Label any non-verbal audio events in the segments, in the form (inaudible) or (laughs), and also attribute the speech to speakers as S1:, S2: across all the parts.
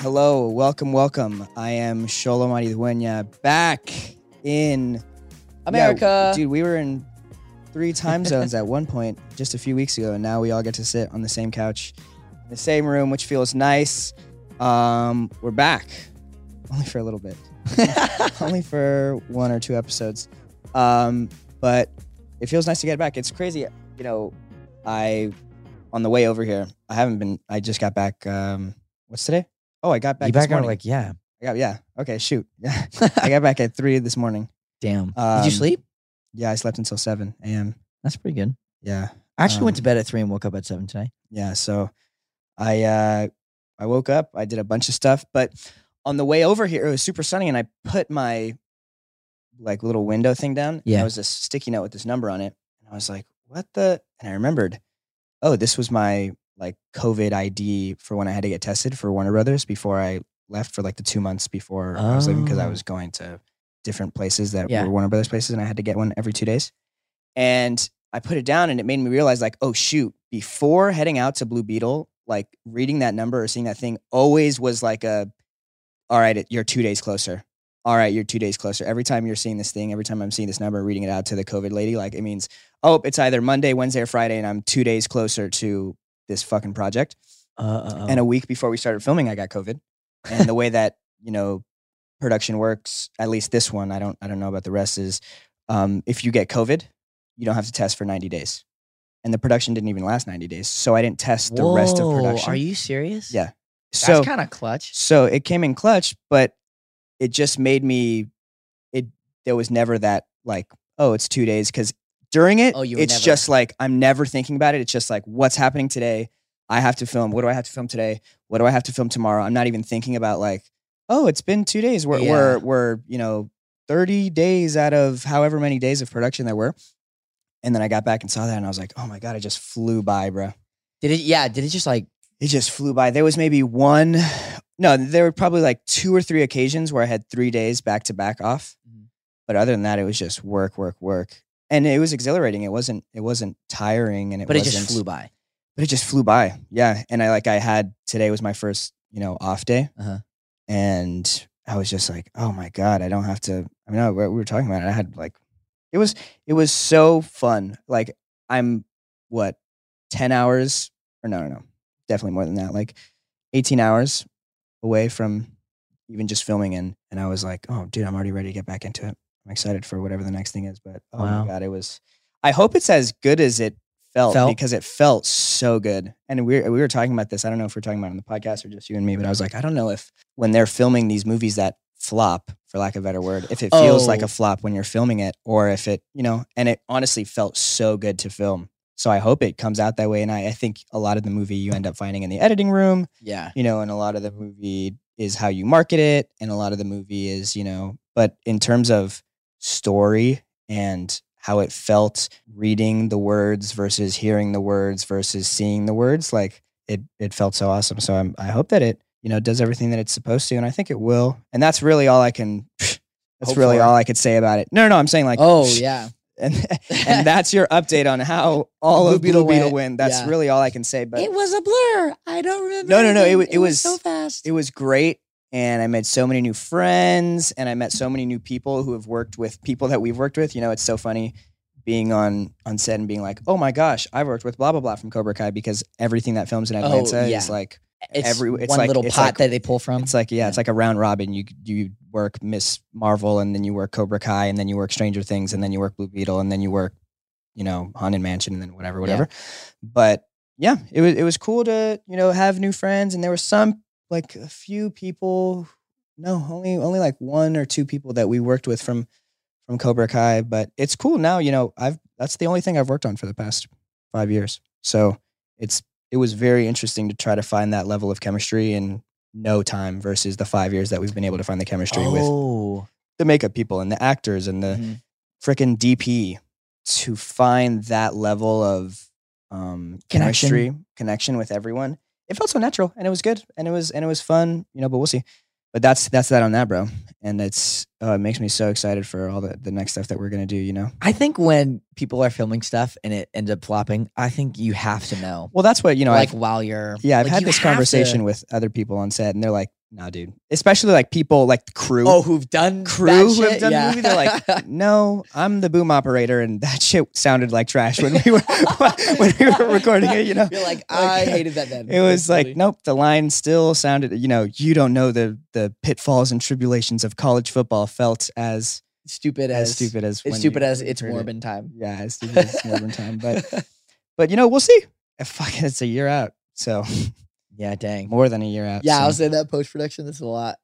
S1: Hello, welcome, welcome. I am Sholom Ariduena back in
S2: America.
S1: Yeah, dude, we were in three time zones at one point just a few weeks ago, and now we all get to sit on the same couch in the same room, which feels nice. Um, we're back, only for a little bit, (laughs) only for one or two episodes. Um, but it feels nice to get back. It's crazy, you know. I on the way over here, I haven't been. I just got back. Um, what's today? Oh, I got back.
S2: you
S1: this
S2: back on
S1: morning.
S2: like, yeah,
S1: I got, yeah. Okay, shoot. (laughs) Yeah, I got back at three this morning.
S2: damn. Did
S1: Um,
S2: you sleep?
S1: Yeah, I slept until seven a.m.
S2: That's pretty good.
S1: Yeah,
S2: I actually went
S1: um,
S2: to bed at three and woke up at seven today.
S1: yeah. So, I uh, I woke up. I did a bunch of stuff, but on the way over here, it was super sunny, and I put my like little window thing down. and
S2: Yeah.
S1: it was this sticky note with this number on it, and I was like, "What the?" And I remembered, oh, this was my like COVID ID for when I had to get tested for Warner Brothers before I left for like the two months before I was leaving because I
S2: Oh.
S1: was going to different places that
S2: Yeah.
S1: were Warner Brothers places, and I had to get one every two days. And I put it down, and it made me realize, like, oh shoot! Before heading out to Blue Beetle, like reading that number or seeing that thing always was like a, all right, you're two days closer. All right, you're two days closer. Every time you're seeing this thing, every time I'm seeing this number, reading it out to the COVID lady, like it means, oh, it's either Monday, Wednesday, or Friday, and I'm two days closer to this fucking project.
S2: Uh, uh,
S1: And
S2: uh,
S1: a week before we started filming, I got COVID. And the
S2: (laughs)
S1: way that you know production works, at least this one, I don't, I don't know about the rest, is um, if you get COVID, you don't have to test for 90 days. And the production didn't even last 90 days, so I didn't test the rest of
S2: Whoa,
S1: production.
S2: Are you serious?
S1: Yeah.
S2: That's
S1: so
S2: kind of clutch.
S1: so it came in clutch, but it just made me. It there was never that like oh it's two days because during it
S2: Oh, you were
S1: it's
S2: never-
S1: just like I'm never thinking about it. It's just like what's happening today. I have to film. What do I have to film today? What do I have to film tomorrow? I'm not even thinking about like oh it's been two days. We're
S2: Yeah.
S1: we're we're you know thirty days out of however many days of production there were. And then I got back and saw that, and I was like, "Oh my god, it just flew by, bro."
S2: Did it? Yeah. Did it just like?
S1: it just flew by. There was maybe one, no, there were probably like two or three occasions where I had three days back to back off.
S2: Mhm.
S1: But other than that, it was just work, work, work. And it was exhilarating. It wasn't, it wasn't tiring and it
S2: but it
S1: wasn't,
S2: just flew by.
S1: but it just flew by. Yeah. And I like, I had today was my first, you know, off day.
S2: Uh-huh.
S1: And I was just like, oh my God, I don't have to. I mean, I, we were talking about it. I had like, it was, it was so fun. Like, I'm what, 10 hours or no, no, no, definitely more than that. Like 18 hours away from even just filming. And, and I was like, oh, dude, I'm already ready to get back into it. I'm excited for whatever the next thing is. But oh
S2: Wow.
S1: my God, it was, I hope it's as good as it felt,
S2: Felt?
S1: because it felt so good. And we were, we were talking about this. I don't know if we're talking about it on the podcast or just you and me, but I was like, I don't know if when they're filming these movies that flop, for lack of a better word, if it feels like
S2: Oh.
S1: a flop when you're filming it or if it, you know, and it honestly felt so good to film. So I hope it comes out that way. And I, I think a lot of the movie you end up finding in the editing room,
S2: Yeah.
S1: you know, and a lot of the movie is how you market it. And a lot of the movie is, you know, but in terms of story and how it felt reading the words versus hearing the words versus seeing the words, like it, it felt so awesome. So I'm, I hope that it, you know, does everything that it's supposed to. And I think it will. And that's really all I can, that's
S2: Hope
S1: really
S2: for.
S1: all I could say about it. No, no, no I'm saying like,
S2: oh yeah.
S1: and (laughs)
S2: (laughs)
S1: and that's your update on how all
S2: Blue
S1: of
S2: Beetle
S1: Blue Beetle
S2: went.
S1: win. That's
S2: Yeah.
S1: really all I can say. But
S2: it was a blur. I don't remember.
S1: No, no, no, it
S2: anything.
S1: wa- it was-
S2: so fast.
S1: it was great, and I made so many new friends, and I met so many new people who have worked with people that we've worked with. You know, it's so funny being on on set and being like, oh my gosh, I worked with blah blah blah from Cobra Kai because everything that films in
S2: Oh,
S1: Atlanta
S2: yeah.
S1: is like
S2: it's
S1: every- it's
S2: one
S1: like-
S2: little
S1: it's
S2: pot
S1: like-
S2: that they pull from.
S1: it's like yeah, it's
S2: Yeah.
S1: like a round robin. You you work Miss Marvel, and then you work Cobra Kai, and then you work Stranger Things, and then you work Blue Beetle, and then you work you know Haunted Mansion, and then whatever, whatever. But yeah, it was it was cool to you know have new friends, and there were some like a few people, no, only only like one or two people that we worked with from from Cobra Kai. But it's cool now. You know, I've that's the only thing I've worked on for the past five years. So it's it was very interesting to try to find that level of chemistry in no time versus the five years that we've been able to find the chemistry with
S2: oh.
S1: the makeup people and the actors and the
S2: Mhm.
S1: frickin' DP to find that level of um,
S2: Connection.
S1: chemistry connection with everyone. It felt so natural and it was good and it was and it was fun, you know. But we'll see. But that's that's that on that, bro. And it's oh, it makes me so excited for all the the next stuff that we're gonna do. You know.
S2: I think when people are filming stuff and it ends up flopping, I think you have to know.
S1: Well, that's what you know.
S2: like
S1: I've,
S2: while you're
S1: yeah, I've
S2: like,
S1: had
S2: you
S1: this
S2: have to-
S1: conversation with other people on set, and they're like, nah, dude. Especially like people like the crew.
S2: Oh, who've done
S1: crew
S2: that
S1: who have
S2: shit?
S1: done the
S2: yeah.
S1: movie, they're
S2: (laughs)
S1: like, no, I'm the boom operator, and that (laughs) shit sounded like trash when we were (laughs) when
S2: (laughs)
S1: we were recording it. You know,
S2: You're like, I
S1: Like,
S2: hated that
S1: (laughs)
S2: then.
S1: it was
S2: basically.
S1: like, nope, the line still sounded. You know, you don't know the the pitfalls and tribulations of college football felt as
S2: stupid
S1: as,
S2: as,
S1: stupid as
S2: It's
S1: when
S2: stupid
S1: you
S2: as it's
S1: heard it.
S2: Morbin time.
S1: Yeah, as (laughs) stupid as Mormon time, but
S2: (laughs)
S1: but you know, we'll see. If (laughs) fuck, it's a year out, so (laughs)
S2: yeah, dang.
S1: more than a year out.
S2: Yeah, I
S1: so
S2: was in that post production. That's a lot.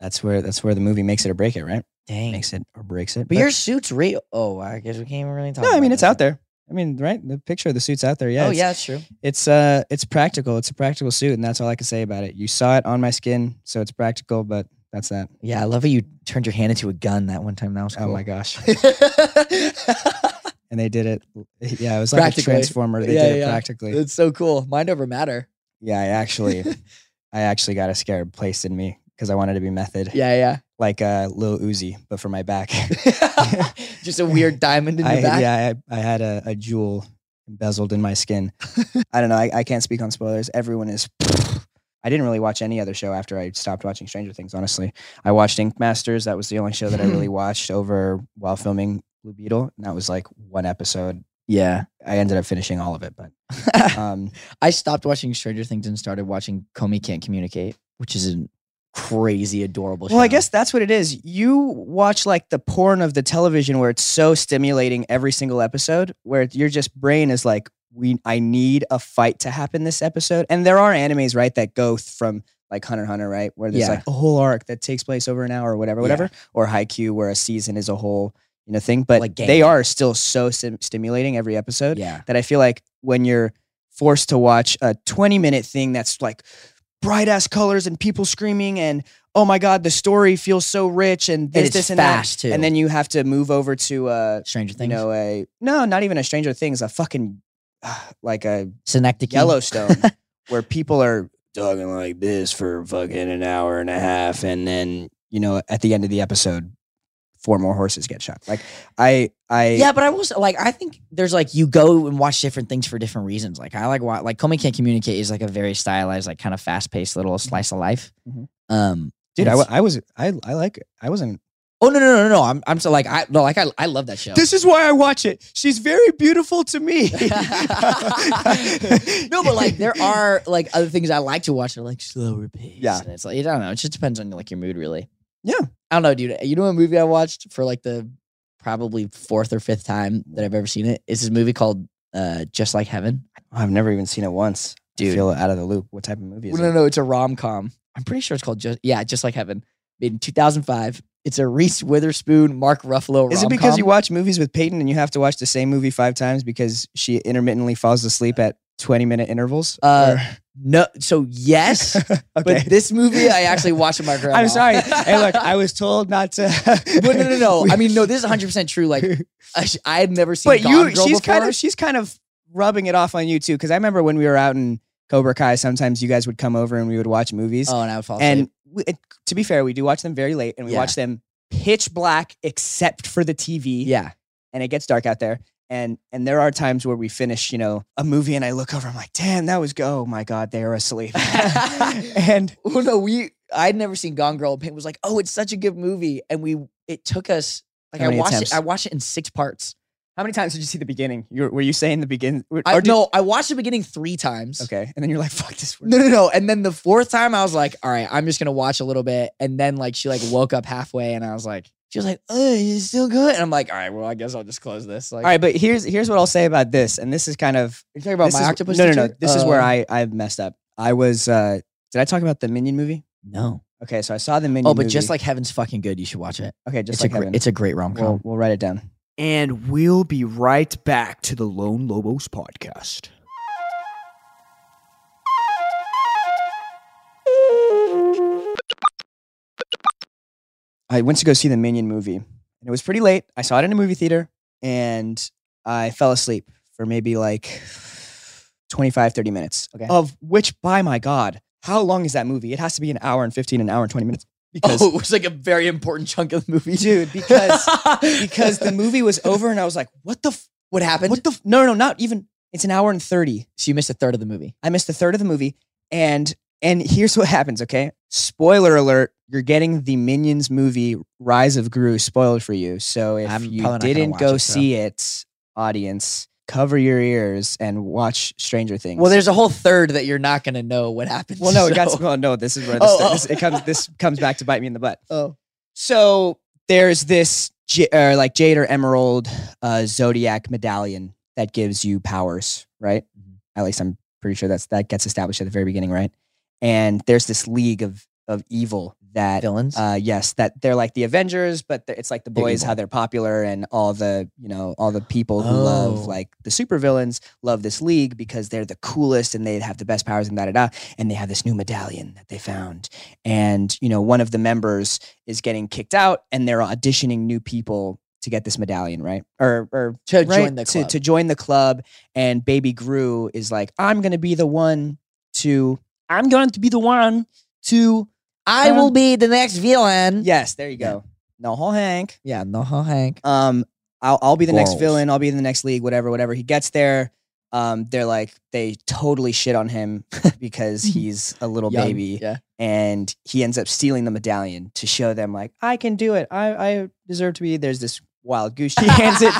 S1: that's where that's where the movie makes it or break it, right?
S2: Dang.
S1: Makes it or breaks it.
S2: But your suit's real. Oh, I guess we can't even really talk.
S1: no, I
S2: about
S1: mean
S2: that
S1: it's out
S2: then.
S1: there. I mean, right? The picture of the suit's out there. Yeah.
S2: oh
S1: it's-
S2: yeah, that's true.
S1: It's uh, it's practical. It's a practical suit, and that's all I can say about it. You saw it on my skin, so it's practical. But that's that.
S2: Yeah, I love how you turned your hand into a gun that one time. That was cool.
S1: Oh my gosh!
S2: (laughs) god.
S1: and they did it. Yeah, it was like a
S2: Practically.
S1: transformer. They
S2: Yeah,
S1: did it
S2: yeah.
S1: practically.
S2: That's so cool. Mind over matter.
S1: Yeah, I
S2: (laughs)
S1: actually, I actually got a scarab placed in me because I wanted to be method,
S2: Yeah,
S1: like a uh, little Uzi, but for my back.
S2: yeah. (laughs) Just a weird diamond (laughs) in your
S1: (laughs) I,
S2: back.
S1: Yeah, I, I had a, a jewel embezzled in my
S2: (laughs)
S1: skin. I don't know. I, I can't speak on spoilers. Everyone is. (sniffs) I didn't really watch any other show after I stopped watching Stranger Things, honestly. I watched Ink Masters. That was the only show that I
S2: (laughs)
S1: really watched over while filming Blue Beetle. And that was like one episode.
S2: yeah.
S1: I ended up finishing all of it, but
S2: (laughs)
S1: um,
S2: I stopped watching Stranger Things and started watching Comey Can't Communicate, which is a crazy adorable show.
S1: Well, I guess that's what it is. You watch like the porn of the television where it's so stimulating every single episode, where your just brain is like, we I need a fight to happen this episode. And there are animes, right, that go th- from like Hunter x Hunter, right, where there's
S2: Yeah.
S1: like a whole arc that takes place over an hour or whatever, whatever, or Haikyuu, where a season is a whole you know thing. But
S2: Like
S1: they
S2: Gangan.
S1: are still so sim- stimulating every episode
S2: Yeah.
S1: that I feel like when you're forced to watch a 20 minute thing that's like bright ass colors and people screaming and oh my god the story feels so rich and
S2: And
S1: this
S2: it's
S1: this and
S2: fast
S1: that
S2: too.
S1: and then you have to move over to uh
S2: Stranger
S1: you
S2: Things.
S1: know a no not even a Stranger Things a fucking (sighs) ah, like a
S2: Synecdoche.
S1: Yellowstone (laughs) where people are talking like this for fucking an hour and a half and then you know at the end of the episode four more horses get shot like I I
S2: Yeah, but I was like, I think there's like you go and watch different things for different reasons. Like I like wa- like Comey Can't Communicate is like a very stylized, like kind of fast paced little
S1: Mm-hmm.
S2: slice of life.
S1: Mhm.
S2: Um,
S1: dude I,
S2: and
S1: wa-
S2: it's-
S1: I was I I like it. I wasn't
S2: oh no no no no no I'm I'm so like I no like I I love that show.
S1: This is why I watch it. She's very beautiful to me.
S2: (laughs)
S1: (laughs)
S2: no, but like there are like other things I like to watch. that are like slower pace.
S1: Yeah.
S2: and it's like I don't know. It just depends on like your mood, really.
S1: Yeah.
S2: I don't know, dude. You know, a movie I watched for like the probably fourth or fifth time that I've ever seen it is this movie called uh, Just Like Heaven.
S1: I've never even seen it once.
S2: Dude.
S1: I feel out of the loop. What type of movie is
S2: no,
S1: it?
S2: no, it's a rom com. I'm pretty sure it's called just yeah, just like heaven. Made in 2005. It's a Reese Witherspoon, Mark Ruffalo.
S1: Is it because you watch movies with Peyton and you have to watch the same movie five times because she intermittently falls asleep at 20 minute intervals?
S2: Uh,
S1: Or-
S2: no? So yes,
S1: (laughs) okay.
S2: but this movie I actually watched with my
S1: (laughs)
S2: grandma.
S1: I'm
S2: (laughs)
S1: sorry. hey, look, I was told not to.
S2: But no, no, (laughs) no. I mean, no. This is 100 percent true.
S1: (laughs)
S2: Like, I sh- I had never seen.
S1: but
S2: Gone
S1: you,
S2: Girl
S1: she's
S2: before.
S1: kind of she's kind of rubbing it off on you too. Because I remember when we were out in Cobra Kai, sometimes you guys would come over and we would watch movies.
S2: Oh, and I would fall asleep.
S1: and we, it, to be fair, we do watch them very late, and we
S2: Yeah.
S1: watch them pitch black except for the TV.
S2: yeah,
S1: and it gets dark out there. And and there are times where we finish, you know, a movie, and I look over, I'm like, damn, that was go. Oh my god, they are asleep.
S2: (laughs)
S1: (laughs) and
S2: (laughs) Well, no, we. I'd never seen Gone Girl. and Peyton was like, "Oh, it's such a good movie," and we. It took us. Like
S1: How
S2: I
S1: many
S2: watched
S1: attempts?
S2: it. I watched it in six parts.
S1: how many times did you see the beginning? You were, were you saying the begin? Or
S2: I,
S1: did-
S2: no, I watched the beginning three times.
S1: Okay, and then you're like, fuck this.
S2: No, no, no. And then the fourth time, I was like, "All right, I'm just gonna watch a little bit." And then like she like woke up halfway, and I was like, she was like, "Oh, it's still good." And I'm like, "All right, well, I guess I'll just close this." Like,
S1: All right, but here's here's what I'll say about this, and this is kind of
S2: you're talking about
S1: this
S2: my
S1: is-
S2: octopus.
S1: No, no, no.
S2: teacher?
S1: This is where
S2: Uh,
S1: I I messed up. I was uh did I talk about the Minion movie?
S2: no.
S1: Okay, so I saw the Minion.
S2: Oh, but just
S1: movie.
S2: like Heaven's fucking good, you should watch it.
S1: okay, just
S2: it's
S1: like
S2: a great,
S1: Heaven.
S2: it's a great rom com.
S1: We'll, (laughs) we'll write it down.
S3: And we'll be right back to the Lone Lobos podcast.
S1: I went to go see the Minion movie, and it was pretty late. I saw it in a movie theater, and I fell asleep for maybe like 25, 30 minutes.
S2: Okay.
S1: Of which, by my God, how long is that movie? It has to be an hour and 15, an hour and 20 minutes. Because,
S2: oh, it was like a very important chunk of the movie.
S1: dude, because, because the movie was over, and I was like, what the, f-
S2: what happened?
S1: what the, f- no, no, not even, it's an hour and 30.
S2: so you missed a third of the movie.
S1: I missed the third of the movie, and And here's (laughs) what happens, okay? Spoiler alert, you're getting the Minions movie Rise of Gru spoiled for you. So if
S2: I'm probably
S1: you
S2: not gonna
S1: didn't
S2: watch
S1: go
S2: it, so-
S1: see it, audience, cover your ears and watch Stranger Things.
S2: Well, there's a whole third that you're not gonna know what happens.
S1: Well, no, it (laughs) got
S2: so-
S1: well, no, this is where this,
S2: Oh, oh.
S1: this- it comes this comes back to bite me in the butt.
S2: Oh,
S1: So there's this j- uh, like jade or emerald uh, zodiac medallion that gives you powers, right? At least I'm pretty sure that's that gets established at the very beginning, right? And there's this league of of evil that
S2: (laughs) villains.
S1: uh, yes, that they're like the Avengers, but th- it's like the
S2: They're
S1: boys
S2: evil.
S1: how they're popular, and all the you know all the people who
S2: Oh.
S1: love like the supervillains love this league because they're the coolest and they have the best powers and da da da. And they have this new medallion that they found, and you know one of the members is getting kicked out, and they're auditioning new people to get this medallion, right? Or or
S2: to
S1: right?
S2: join the
S1: to,
S2: club.
S1: to join the club, and Baby Gru is like, I'm gonna be the one to, I'm going to be the one to.
S2: I
S1: will
S2: be the next villain. Mm-hmm. Yeah,
S1: Yes, there you go. No, Noel Hank.
S2: yeah, no, huh, Hank.
S1: Um, I'll, I'll be the next
S2: Quarrels.
S1: villain. I'll be in the next league. Whatever, whatever. He gets there. Um, they're like they totally shit on him (laughs) because he's a little
S2: Mm-hmm. Young,
S1: baby,
S2: Yeah,
S1: and he ends up stealing the medallion to show them like I can do it. I I deserve to be. There's this wild goose. He hands it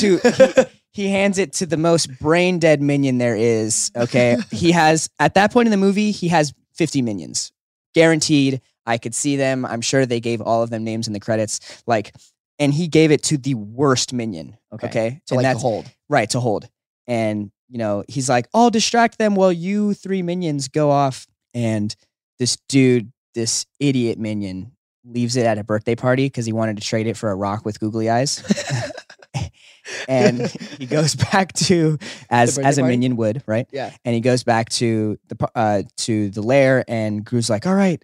S2: (laughs)
S1: to. he- he hands it to the most brain dead minion there is. Okay.
S2: (laughs)
S1: he has, at that point in the movie, he has 50 minions guaranteed. I could see them. I'm sure they gave all of them names in the credits. Like, and he gave it to the worst minion. Okay.
S2: Okay. to
S1: and
S2: like
S1: that's
S2: hold.
S1: right to hold. And, you know, he's like, I'll distract them while you three minions go off. And this dude, this idiot minion, leaves it at a birthday party because he wanted to trade it for a rock with googly
S2: (laughs)
S1: eyes. (laughs) and he goes back to as
S2: The birthday
S1: as a
S2: party?
S1: minion would, right?
S2: Yeah.
S1: And he goes back to the par- uh to the lair, and Gru's like, "All right,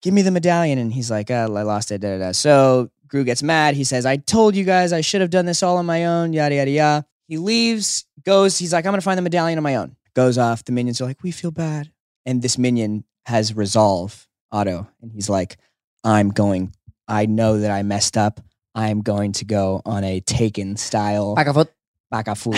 S1: give me the medallion," and he's like, oh, "I lost it." Da, da, da. So Gru gets mad. He says, "I told you guys I should have done this all on my own." Yada yada yada. He leaves, goes. He's like, "I'm gonna find the medallion on my own." Goes off. The minions are like, "We feel bad," and this minion has resolve auto, and he's like, "I'm going. I know that I messed up." I'm going to go on a taken style
S2: Back a (laughs) foot.
S1: back off food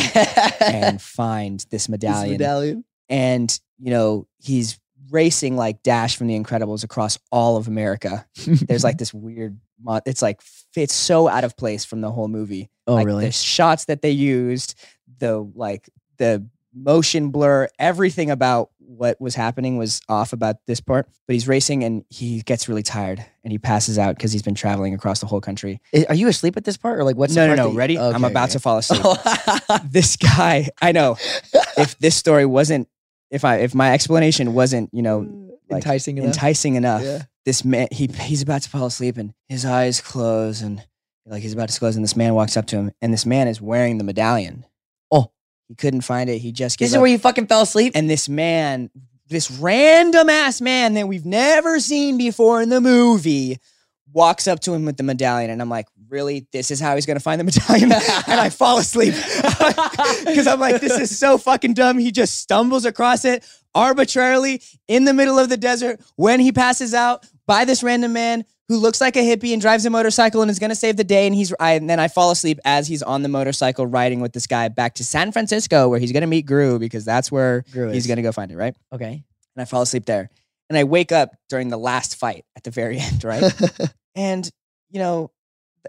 S1: and find this medallion.
S2: (laughs) medallion.
S1: and, you know, he's racing like Dash from The Incredibles across all of America. There's like this weird, mo- it's like, f- it's so out of place from the whole movie.
S2: oh
S1: like,
S2: really?
S1: The shots that they used, the like, the motion blur, everything about what was happening was off about this part. But he's racing and he gets really tired and he passes out because he's been traveling across the whole country.
S2: I- Are you asleep at this part or like what's
S1: no, no,
S2: the part
S1: no.
S2: that you- Oh,
S1: Ready? I'm
S2: Okay,
S1: about
S2: okay.
S1: to fall asleep
S2: (laughs)
S1: this guy i know if this story wasn't if i if my explanation wasn't you know like,
S2: enticing enough.
S1: enticing enough
S2: Yeah.
S1: this man he he's about to fall asleep and his eyes close and like he's about to close and this man walks up to him and this man is wearing the medallion
S2: Oh.
S1: he couldn't find it he just
S2: This
S1: gives
S2: is
S1: up
S2: where you fucking fell asleep.
S1: and this man this random ass man that we've never seen before in the movie walks up to him with the medallion and i'm like really this is how he's going to find the medallion and i fall asleep (laughs) because i'm like this is so fucking dumb he just stumbles across it arbitrarily in the middle of the desert when he passes out by this random man who looks like a hippie and drives a motorcycle and is going to save the day and he's I, and then i fall asleep as he's on the motorcycle riding with this guy back to san francisco where he's going to meet gru because that's where
S2: Grew
S1: He's
S2: it.
S1: going to go find it, right?
S2: (laughs) okay.
S1: And I fall asleep there. And I wake up during the last fight at the very (laughs) end, right? and, you know,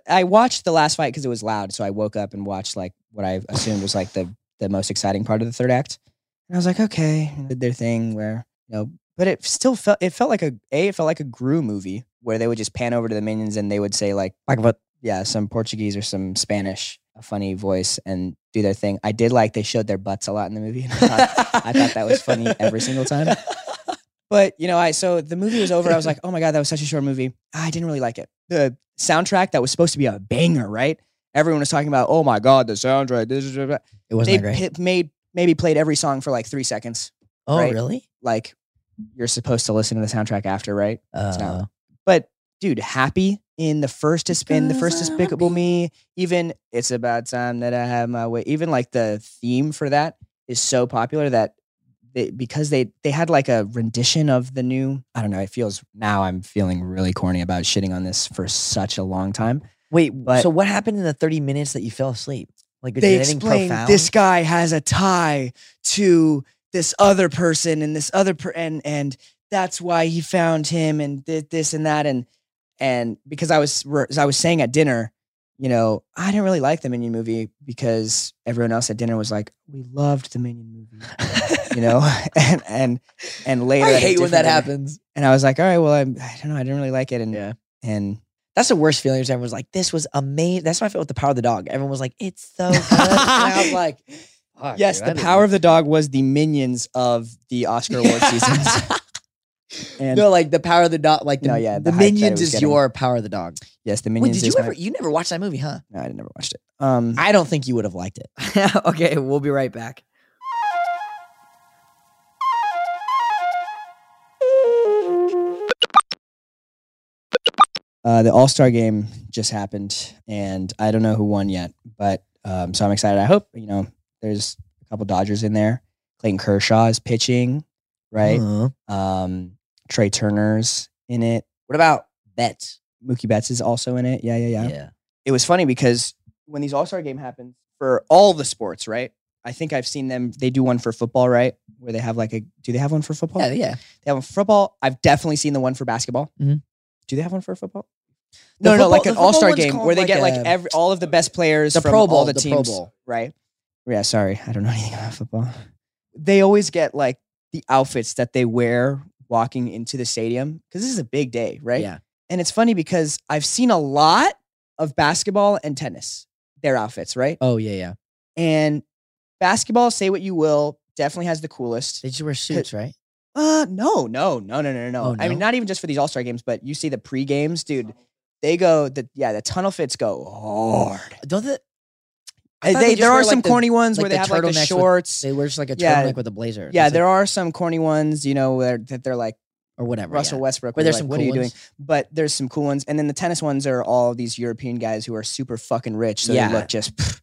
S1: I watched the last fight because it was loud. So I woke up and watched like what I assumed was like the, the most exciting part of the third act. And I was like, okay, and they did their thing where, you know, but it still felt, it felt like a, A, it felt like a Gru movie where they would just pan over to the minions and they would say like,
S2: Back a foot.
S1: yeah, some Portuguese or some Spanish, a funny voice and do their thing. I did like they showed their butts a lot in the movie. (laughs) And (laughs) I thought I thought that was funny every single
S2: (laughs)
S1: time. But you know, I so the movie was over. I was like, oh my god, that was such a short movie. I didn't really like it. The soundtrack that was supposed to be a banger, right? Everyone was talking about, oh my god, the soundtrack. This is
S2: It wasn't
S1: they
S2: that great.
S1: pi- made maybe played every song for like three seconds.
S2: oh
S1: right.
S2: really?
S1: Like you're supposed to listen to the soundtrack after, right?
S2: Uh,
S1: not- But dude, happy in the first to spin, the first
S2: Because I'm
S1: despicable me, even it's about time that I have my way. Even like the theme for that is so popular that they, because they they had like a rendition of the new. I don't know. It feels now I'm feeling really corny about shitting on this for such a long time.
S2: Wait,
S1: But-
S2: so what happened in the 30 minutes that you fell asleep? Like, did
S1: They
S2: anything
S1: explained
S2: profound?
S1: this guy has a tie to
S4: this other person and this other per- and and that's why he found him and did this and that and and because I was re- as I was saying at dinner, you know, I didn't really like the Minion movie because everyone else at dinner was like, "We loved the Minion movie," you
S2: (laughs)
S4: know, (laughs) and and and later at
S2: I
S4: a
S2: hate when
S4: different
S2: that
S4: dinner-
S2: happens.
S4: And I was like, "All right, well, I, I don't know, I didn't really like it," and
S2: Yeah. (laughs)
S4: and
S2: That's the worst feeling. is Everyone's like, "This was amazing." That's my feel with the power of the dog. Everyone was like, "It's so good." and I
S1: (laughs)
S2: was like, fuck,
S1: Yes,
S2: dude, I
S1: the
S2: didn't-
S1: power of the dog was the minions of the
S2: (laughs)
S1: Oscar award seasons. (laughs) And
S2: no, like the power of the dog. Like the,
S1: No, yeah, the
S2: the,
S1: hype that it
S2: minions
S1: was
S2: is
S1: getting.
S2: your power of the dog.
S1: yes, the
S2: Wait,
S1: minions.
S2: did you
S1: is my-
S2: ever? You never watched that movie, huh?
S1: no, I never watched it. Um,
S2: I don't think you would have liked it. (laughs)
S5: okay, we'll be right back.
S1: uh, the All Star game just happened, and I don't know who won yet, but um, so I'm excited. I hope you know there's a couple Dodgers in there. Clayton Kershaw is pitching, right?
S2: Uh-huh.
S1: Um, Trey Turner's in it.
S2: What about bets?
S1: Mookie Betts is also in it. Yeah, yeah, yeah.
S2: yeah.
S1: It was funny because when these All Star game happens for all the sports, right? I think I've seen them. They do one for football, right? Where they have like a. Do they have one for football?
S2: Yeah, yeah.
S1: They have one for football. I've definitely seen the one for basketball.
S2: Mhm.
S1: Do they have one for football?
S2: The
S1: no, no, no,
S2: football-
S1: like
S2: the
S1: an
S2: football
S1: All Star
S2: one's
S1: game
S2: called
S1: where they
S2: like
S1: get like
S2: a-
S1: every all of the best players
S2: The
S1: from
S2: Pro
S1: all
S2: Bowl,
S1: the
S2: the
S1: teams,
S2: Pro Bowl.
S1: right? Yeah, sorry, I don't know anything about football. They always get like the outfits that they wear walking into the stadium because this is a big day, right?
S2: Yeah.
S1: And it's funny because I've seen a lot of basketball and tennis, their outfits, right?
S2: Oh yeah, yeah.
S1: And basketball, say what you will, definitely has the coolest.
S2: They just wear suits, right?
S1: Uh, no, no, no, no, no, no. no.
S2: Oh,
S1: I mean,
S2: no?
S1: not even just for these All Star games, but you see the pre games, dude. They go the yeah, the tunnel fits go hard.
S2: Don't they?
S1: They,
S2: I thought just
S1: there are
S2: wear, like,
S1: some
S2: the-
S1: corny ones
S2: like
S1: where they
S2: the
S1: have like the
S2: turtlenecks with-
S1: shorts.
S2: They wear just like a turtleneck
S1: Yeah.
S2: with a blazer.
S1: yeah,
S2: That's like-
S1: there are some corny ones, you know, where that they're like
S2: or whatever.
S1: Russell
S2: Oh, yeah.
S1: Westbrook.
S2: Where
S1: where
S2: there's
S1: like,
S2: some
S1: what
S2: cool
S1: are you doing?
S2: ones.
S1: But there's some cool ones, and then the tennis ones are all these European guys who are super fucking rich, so
S2: Yeah.
S1: they look just pff,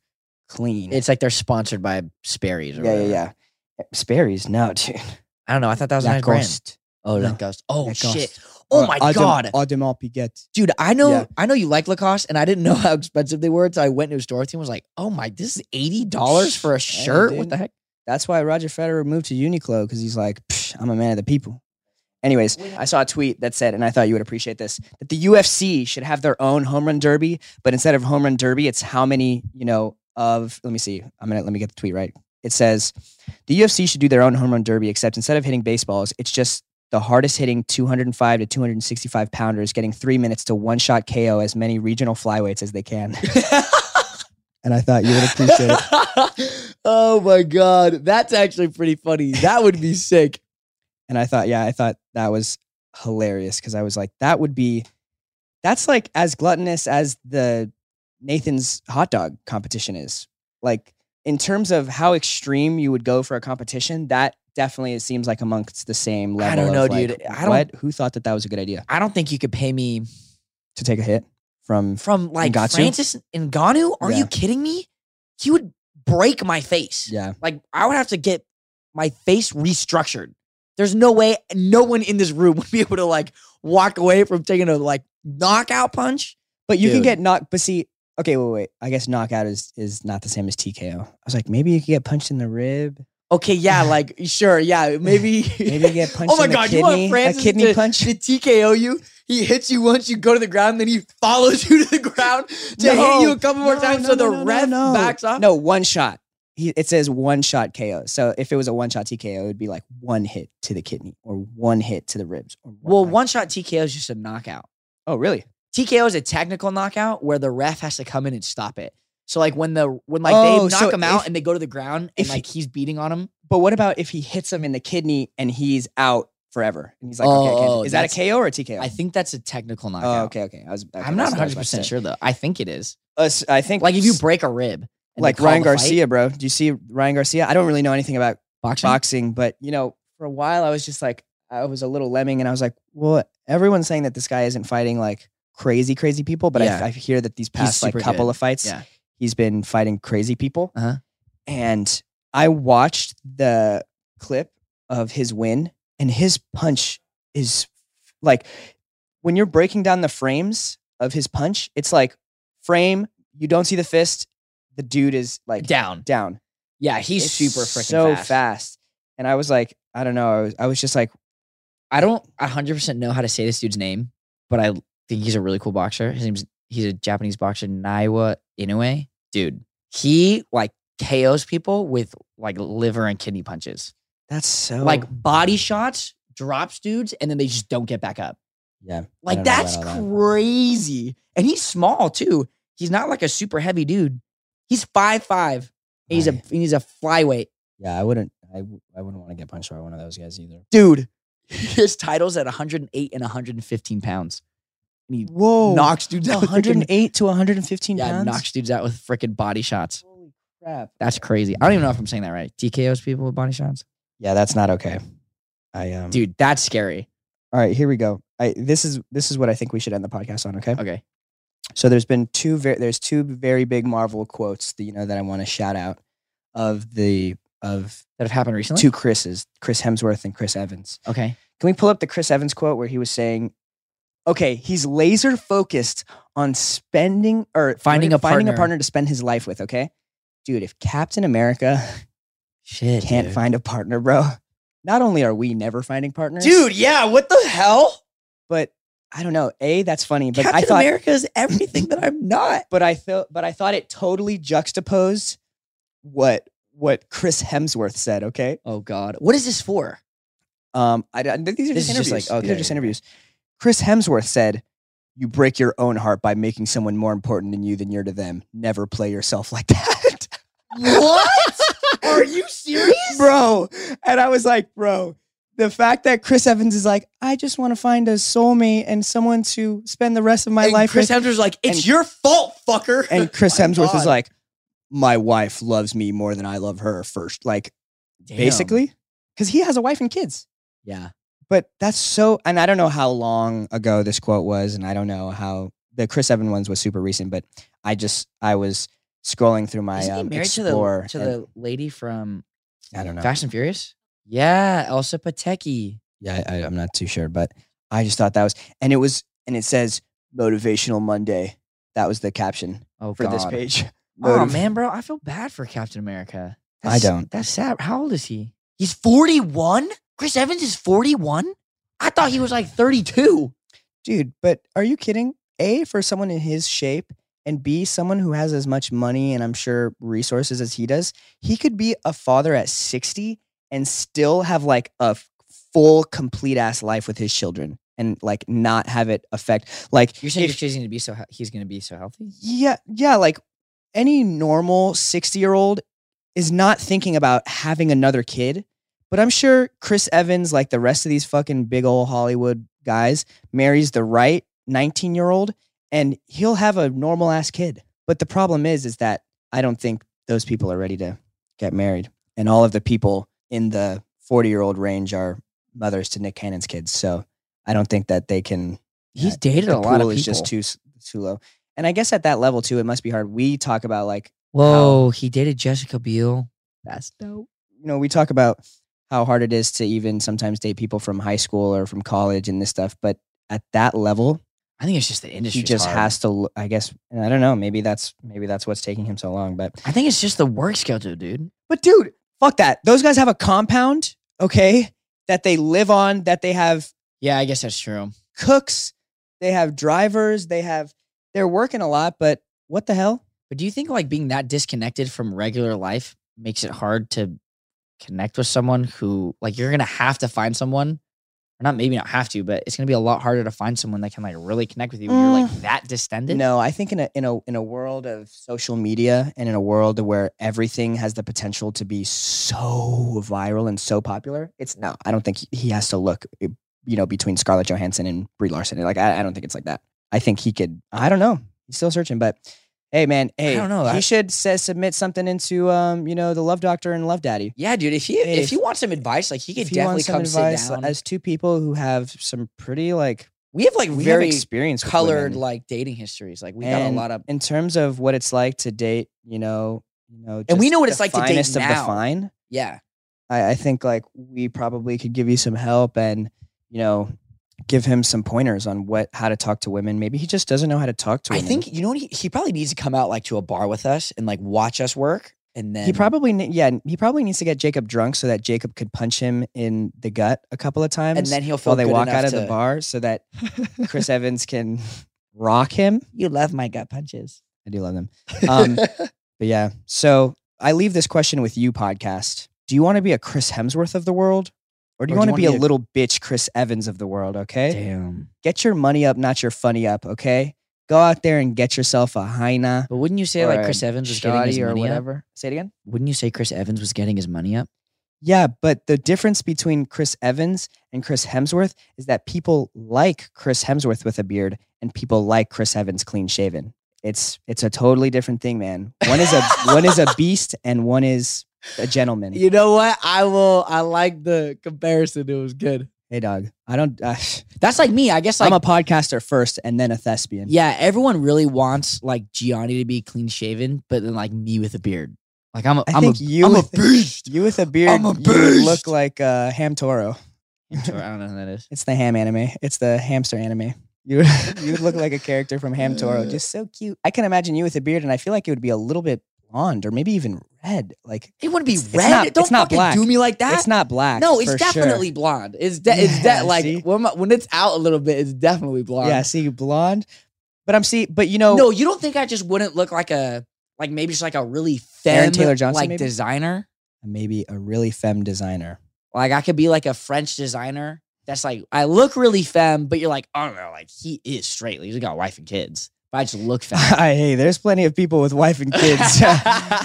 S1: clean.
S2: It's like they're sponsored by Sperry's. Or
S1: yeah, yeah,
S2: whatever.
S1: yeah. Sperry's no, dude.
S2: I don't know. I thought that was a nice brand.
S1: Lacoste.
S2: Oh,
S1: No.
S2: Lacoste. Oh
S1: Lacoste.
S2: shit. Oh
S1: Or
S2: my
S1: Audem-
S2: god,
S1: Audemars Piguet.
S2: dude! I know,
S1: Yeah.
S2: I know you like Lacoste, and I didn't (laughs) know how expensive they were until I went to a store and was like, "Oh my, this is eighty dollars for a shirt? what
S1: dude.
S2: the heck?"
S1: That's why Roger Federer moved to Uniqlo because he's like, "Psh, I'm a man of the people. Anyways, I saw a tweet that said, and I thought you would appreciate this, that the UFC should have their own home run derby, but instead of home run derby, it's how many, you know, of let me see. I'm gonna let me get the tweet right. It says the UFC should do their own home run derby, except instead of hitting baseballs, it's just the hardest hitting 205 to 265 pounders getting three minutes to one shot KO as many regional flyweights as they can. (laughs) and I thought you would appreciate it.
S2: (laughs) oh my god, that's actually pretty funny. That would be sick.
S1: And I thought, yeah, I thought that was hilarious because I was like, that would be, that's like as gluttonous as the Nathan's hot dog competition is. Like, in terms of how extreme you would go for a competition, that definitely it seems like amongst the same level.
S2: I don't
S1: of,
S2: know,
S1: like,
S2: dude. I don't-
S1: What? Who thought that that was a good idea
S2: I don't think you could pay me
S1: to take a hit from?
S2: from like
S1: Ngannou?
S2: Francis Ngannou. Are you
S1: Yeah.
S2: kidding me? He would break my face.
S1: Yeah,
S2: Like I would have to get my face restructured. There's no way no one in this room (laughs) would be able to like walk away from taking a like knockout punch.
S1: but you
S2: Dude.
S1: can get knocked. But see, okay, wait, wait. I guess knockout is is not the same as TKO. I was like, maybe you could get punched in the rib. (laughs)
S2: Okay, yeah, like sure, yeah, maybe (laughs)
S1: Maybe you get punched.
S2: Oh my
S1: in the
S2: god,
S1: kidney,
S2: you want Francis
S1: a kidney
S2: to,
S1: punch?
S2: to TKO you? He hits you once, you go to the ground, then he follows (laughs) you to the ground to
S1: No,
S2: hit you a couple more
S1: no,
S2: times
S1: no,
S2: so
S1: no,
S2: the
S1: no, no,
S2: ref
S1: no.
S2: backs off.
S1: No, one shot. He, it says one shot KO. So if it was a one shot TKO, it would be like one hit to the kidney or one hit to the ribs. Or one,
S2: Well,
S1: like-
S2: one shot TKO is just a knockout.
S1: Oh, really?
S2: TKO is a technical knockout where the ref has to come in and stop it. So like when the when like they
S1: Oh,
S2: knock
S1: so
S2: him out
S1: if-
S2: and they go to the ground and
S1: if
S2: like he's beating on him.
S1: But what about if he hits him in the kidney and he's out forever? And he's like, okay, I
S2: Oh,
S1: can't. Is that a
S2: that's-
S1: KO or a TKO?
S2: I think that's a technical knockout.
S1: Oh, okay, okay. I was. okay,
S2: I'm not
S1: that's what I was about
S2: 100
S1: to
S2: percent
S1: say.
S2: sure though. I think it is.
S1: Us- I think
S2: Like if you break a rib, and they
S1: like
S2: call
S1: Ryan
S2: the fight,
S1: Garcia, bro. Do you see Ryan Garcia? I don't really know anything about
S2: boxing.
S1: boxing, but you know, for a while I was just like, I was a little lemming, and I was like, well, everyone's saying that this guy isn't fighting like crazy, crazy people, but
S2: Yeah.
S1: I, I hear that these past like
S2: super
S1: couple
S2: good.
S1: of fights,
S2: Yeah.
S1: he's been fighting crazy people,
S2: Uh-huh.
S1: and I watched the clip of his win, and his punch is like when you're breaking down the frames of his punch, it's like frame, you don't see the fist, the dude is like
S2: down.
S1: down
S2: Yeah, he's
S1: it's
S2: super freaking
S1: so
S2: fast.
S1: fast.
S4: and I was like, I don't know, I was, I was just like,
S2: I don't 100% know how to say this dude's name, but I think he's a really cool boxer. His name's he's a Japanese boxer, Naiwa Inoue. Dude, he like KOs people with like liver and kidney punches.
S4: that's
S1: Oh.
S4: so
S2: Like body shots, drops dudes and then they just don't get back up.
S1: Yeah.
S2: Like
S1: don't know
S2: that's
S1: about all that.
S2: crazy. And he's small too. He's not like a super heavy dude. He's 5'5. And he's a
S1: Right.
S2: and he's a flyweight.
S1: Yeah, I wouldn't. I, w- I wouldn't want to get punched by one of those guys either.
S2: Dude, (laughs) his title's at 108 and 115 pounds. And he
S1: Oh.
S4: whoa,
S2: knocks dudes
S1: (laughs)
S2: out. with frickin-
S4: 108 to 115
S2: Yeah,
S4: pounds.
S2: knocks dudes out with freaking body shots.
S4: Holy crap!
S2: That's crazy. I don't even know if I'm saying that right. TKOs people with body shots.
S1: Yeah, that's not okay. I um.
S2: Dude, that's scary.
S1: All right, here we go. I this is this is what I think we should end the podcast on. Okay.
S2: Okay.
S1: So there's been two very there's two very big Marvel quotes that you know that I want to shout out of the of
S2: That have happened recently?
S1: two Chris's, Chris Hemsworth and Chris Evans.
S2: Okay.
S1: Can we pull up the Chris Evans quote where he was saying, "Okay, he's laser focused on spending or
S2: Finding a
S1: finding a
S2: partner.
S1: partner to spend his life with." Okay, dude, if Captain
S2: (laughs)
S1: America
S2: Shit.
S1: can't
S2: dude.
S1: find a partner, bro, not only are we never finding partners,
S2: Dude, yeah, what the hell?
S1: but I don't know. A, that's funny, but
S2: Captain
S1: I thought,
S2: America is everything that
S1: (laughs)
S2: I'm not.
S1: but I thought, but I thought it totally juxtaposed what what Chris Hemsworth said. Okay,
S2: Oh God. What is this for?
S1: Um, I, I think these are
S2: This
S1: just
S2: is just
S1: interviews.
S2: like,
S1: these are
S2: okay,
S1: just
S2: okay.
S1: interviews. Chris Hemsworth said, "You break your own heart by making someone more important than you than you're to them. Never play yourself (laughs) like that, (laughs)
S2: What? Are you serious?
S1: bro." And I was like, "Bro, the fact that Chris Evans is like, I just want to find a soulmate and someone to spend the rest of my
S2: And
S1: life
S2: Chris
S1: with,"
S2: Hemsworth's like, it's
S1: and-
S2: your fault, fucker. (laughs)
S1: and Chris
S2: My
S1: Hemsworth
S2: God.
S1: is like, "My wife loves me more than I love her first. Like,
S2: Damn.
S1: basically, because he has a wife and kids.
S2: Yeah.
S1: but that's so and i don't know how long ago this quote was and i don't know how the chris evan ones was super recent but i just i was scrolling through my
S2: Isn't he
S1: um,
S2: married to
S1: Explore
S2: the to
S1: and-
S2: the lady from
S1: i don't know
S2: Fast and Furious? Yeah, Elsa Pateki.
S1: yeah I, i'm not too sure but i just thought that was and it was and it says motivational monday that was the caption
S2: Oh
S1: for
S2: God.
S1: this page
S2: Oh
S1: Motiv-
S2: man, bro, I feel bad for Captain America.
S1: I
S2: That's-
S1: don't.
S2: That's sad. How old is he? He's 41? Chris Evans is 41? I thought he was like 32.
S1: dude but are you kidding a for someone in his shape and b someone who has as much money and i'm sure resources as he does he could be a father at 60 and still have like a f- full complete ass life with his children and like not have it affect like
S2: You're saying
S1: if-
S2: he's choosing to be so he- he's going to be so healthy?
S1: yeah yeah like any normal 60 year old is not thinking about having another kid but i'm sure chris evans like the rest of these fucking big old hollywood guys marries the right 19 year old and he'll have a normal ass kid but the problem is is that i don't think those people are ready to get married and all of the people in the 40 year old range are mothers to nick cannon's kids so i don't think that they can
S2: He's dated
S1: the
S2: a lot of
S1: pool
S2: people.
S1: is just too s- too low. And I guess at that level too, it must be hard. We talk about like
S2: Whoa, he dated Jessica Biel. That's dope.
S1: you know we talk about how hard it is to even sometimes date people from high school or from college and this stuff. But at that level,
S2: I think it's just the industry.
S1: he just has to. l- I guess and I don't know. Maybe that's maybe that's what's taking him so long. But
S2: I think it's just the work schedule, dude.
S1: but dude, fuck that. Those guys have a compound, okay, that they live on, that they have
S2: Yeah, I guess that's true.
S1: cooks, they have drivers, they have they're working a lot. But what the hell?
S2: But do you think like being that disconnected from regular life makes it hard to connect with someone who like you're gonna have to find someone, or not maybe not have to, but it's gonna be a lot harder to find someone that can like really connect with you when you're like that distended.
S1: No, I think in a in a in a world of social media and in a world where everything has the potential to be so viral and so popular, it's no. I don't think he- he has to look, eh, you know, between Scarlett Johansson and Brie Larson. Like I, I don't think it's like that. I think he could. I don't know. He's still searching, but hey, man, hey,
S2: don't know.
S1: He
S2: I-
S1: should say, submit something into um, you know, the Love Doctor and Love Daddy.
S2: Yeah, dude. If he
S1: Hey,
S2: if,
S1: if-
S2: you want some advice, like he could
S1: If you want
S2: definitely
S1: some
S2: come
S1: advice,
S2: sit down.
S1: as two people who have some pretty like
S2: we have like
S1: we have
S2: very
S1: experience with
S2: colored
S1: women.
S2: like dating histories. Like we got a
S1: And
S2: lot of
S1: in terms of what it's like to date, you know, you know,
S2: And we
S1: just
S2: know what
S1: the
S2: it's like to date
S1: finest of
S2: now.
S1: the fine.
S2: yeah.
S1: I, I think like we probably could give you some help and you know give him some pointers on what how to talk to women. Maybe he just doesn't know how to talk to
S2: I
S1: women.
S2: think you know what he, he probably needs to come out like to a bar with us and like watch us work.
S4: and then
S1: He probably ne- yeah he probably needs to get Jacob drunk so that Jacob could punch him in the gut a couple of times
S4: and then he'll feel
S1: while they
S4: good
S1: walk out
S4: enough
S1: of the
S4: to-
S1: bar so that
S2: (laughs)
S1: Chris Evans can rock him.
S4: You love my gut punches.
S1: I do love them. (laughs) Um, but yeah, so I leave this question with you, podcast. Do you want to be a Chris Hemsworth of the world, or do you want to be a little bitch Chris Evans of the world? Okay,
S2: Damn.
S1: get your money up, not your funny up. Okay, go out there and get yourself a hyena
S2: But wouldn't you say
S1: Or
S2: like
S1: a
S2: Chris Evans was getting his
S1: shoddy or
S2: money up?
S1: whatever. Say it again.
S2: Wouldn't you say Chris Evans was getting his
S1: (laughs)
S2: money up?
S1: Yeah, but the difference between Chris Evans and Chris Hemsworth is that people like Chris Hemsworth with a beard and people like Chris Evans clean shaven. It's it's a totally different thing, man. One
S2: (laughs)
S1: is a one is a beast and one is a gentleman.
S5: You know what? I will. I like the comparison. It was good.
S1: Hey dog. I don't uh,
S2: That's like me. I guess like
S1: I'm a podcaster first and then a thespian.
S2: (laughs) yeah, everyone really wants like Gianni to be clean shaven, but then like me with a beard. Like I'm a,
S1: I
S2: am
S1: think
S2: a,
S1: you
S2: I'm a
S1: with-
S2: beast.
S1: You with a beard
S2: I'm a
S1: you would look
S2: beast.
S1: like uh, Ham Toro.
S2: Sure, (laughs) I don't know who that is.
S1: It's the ham anime. It's the hamster anime. You you would (laughs) look like a character from Ham Toro,
S2: Uh.
S1: just so cute. I can imagine you with a beard, and I feel like it would be a little bit blonde or maybe even red. Like
S2: It wouldn't be
S1: It's- it's
S2: red.
S1: not-
S2: don't
S1: it's not
S2: fucking
S1: black.
S2: do me like that.
S1: it's not black.
S2: no, it's
S1: for sure.
S2: definitely blonde. It's de- it's
S1: Yeah,
S2: that like
S1: see?
S2: when, my- when it's out a little bit, it's definitely blonde.
S1: yeah. See, blonde. But I'm see, but you know,
S2: No, you don't think I just wouldn't look like a like maybe just like a really femme
S1: Aaron Taylor Johnson,
S2: like
S1: maybe?
S2: designer.
S1: maybe a really femme designer. (laughs)
S2: Like I could be like a French designer. That's like I look really femme, but you're like, I don't know, like he is straight. Like, he's got a wife and kids. But I just
S1: (laughs)
S2: look femme.
S1: I hey, there's plenty of people with wife and
S2: (laughs)
S1: kids. (laughs) I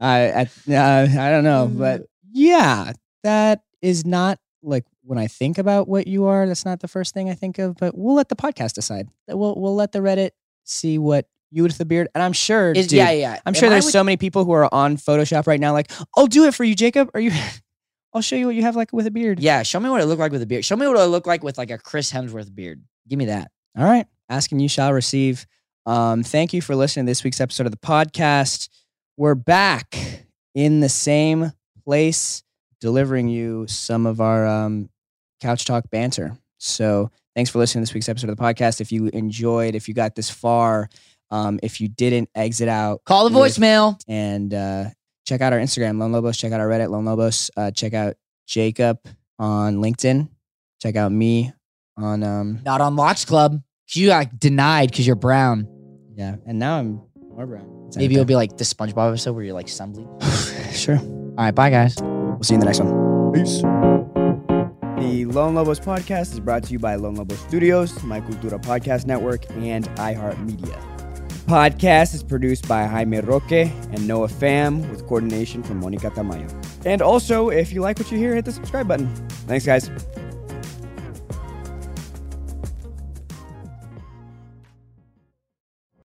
S1: I, uh, I don't know,
S2: Mm.
S1: but yeah, that is not like when I think about what you are. That's not the first thing I think of. But we'll let the podcast decide. We'll we'll let the Reddit see what you with the beard. And I'm sure,
S2: Is-
S1: dude,
S2: yeah, yeah.
S1: I'm
S2: Am
S1: sure
S2: I
S1: there's
S2: with-
S1: so many people who are on Photoshop right now. Like, I'll do it for you, Jacob. Are you? (laughs) I'll show you what you have like with a beard.
S2: Yeah, show me what I look like with a beard. Show me what I look like with like a Chris Hemsworth beard. Give me that.
S1: All right. Ask and you shall receive. Um, thank you for listening to this week's episode of the podcast. We're back in the same place, delivering you some of our um, couch talk banter. So, thanks for listening to this week's episode of the podcast. If you enjoyed, if you got this far, um, if you didn't exit out
S2: Call the
S1: With-
S2: voicemail.
S1: and uh, check out our Instagram, Lone Lobos, check out our Reddit, Lone Lobos, uh, check out Jacob on LinkedIn, check out me on um,
S2: Not on Locks Club. 'cause You got denied because you're brown.
S1: Yeah, and now I'm more brown. It's
S2: Maybe
S1: not
S2: you'll be like the SpongeBob episode where you're like sunbleached. All
S1: bad. sure.
S2: right, bye guys.
S1: We'll see you in the next one. Peace. The Lone Lobos podcast is brought to you by Lone Lobos Studios, My Cultura Podcast Network, and iHeartMedia. The podcast is produced by Jaime Roque and Noah Pham with coordination from Monica Tamayo. And also, if you like what you hear, hit the subscribe button. Thanks, guys.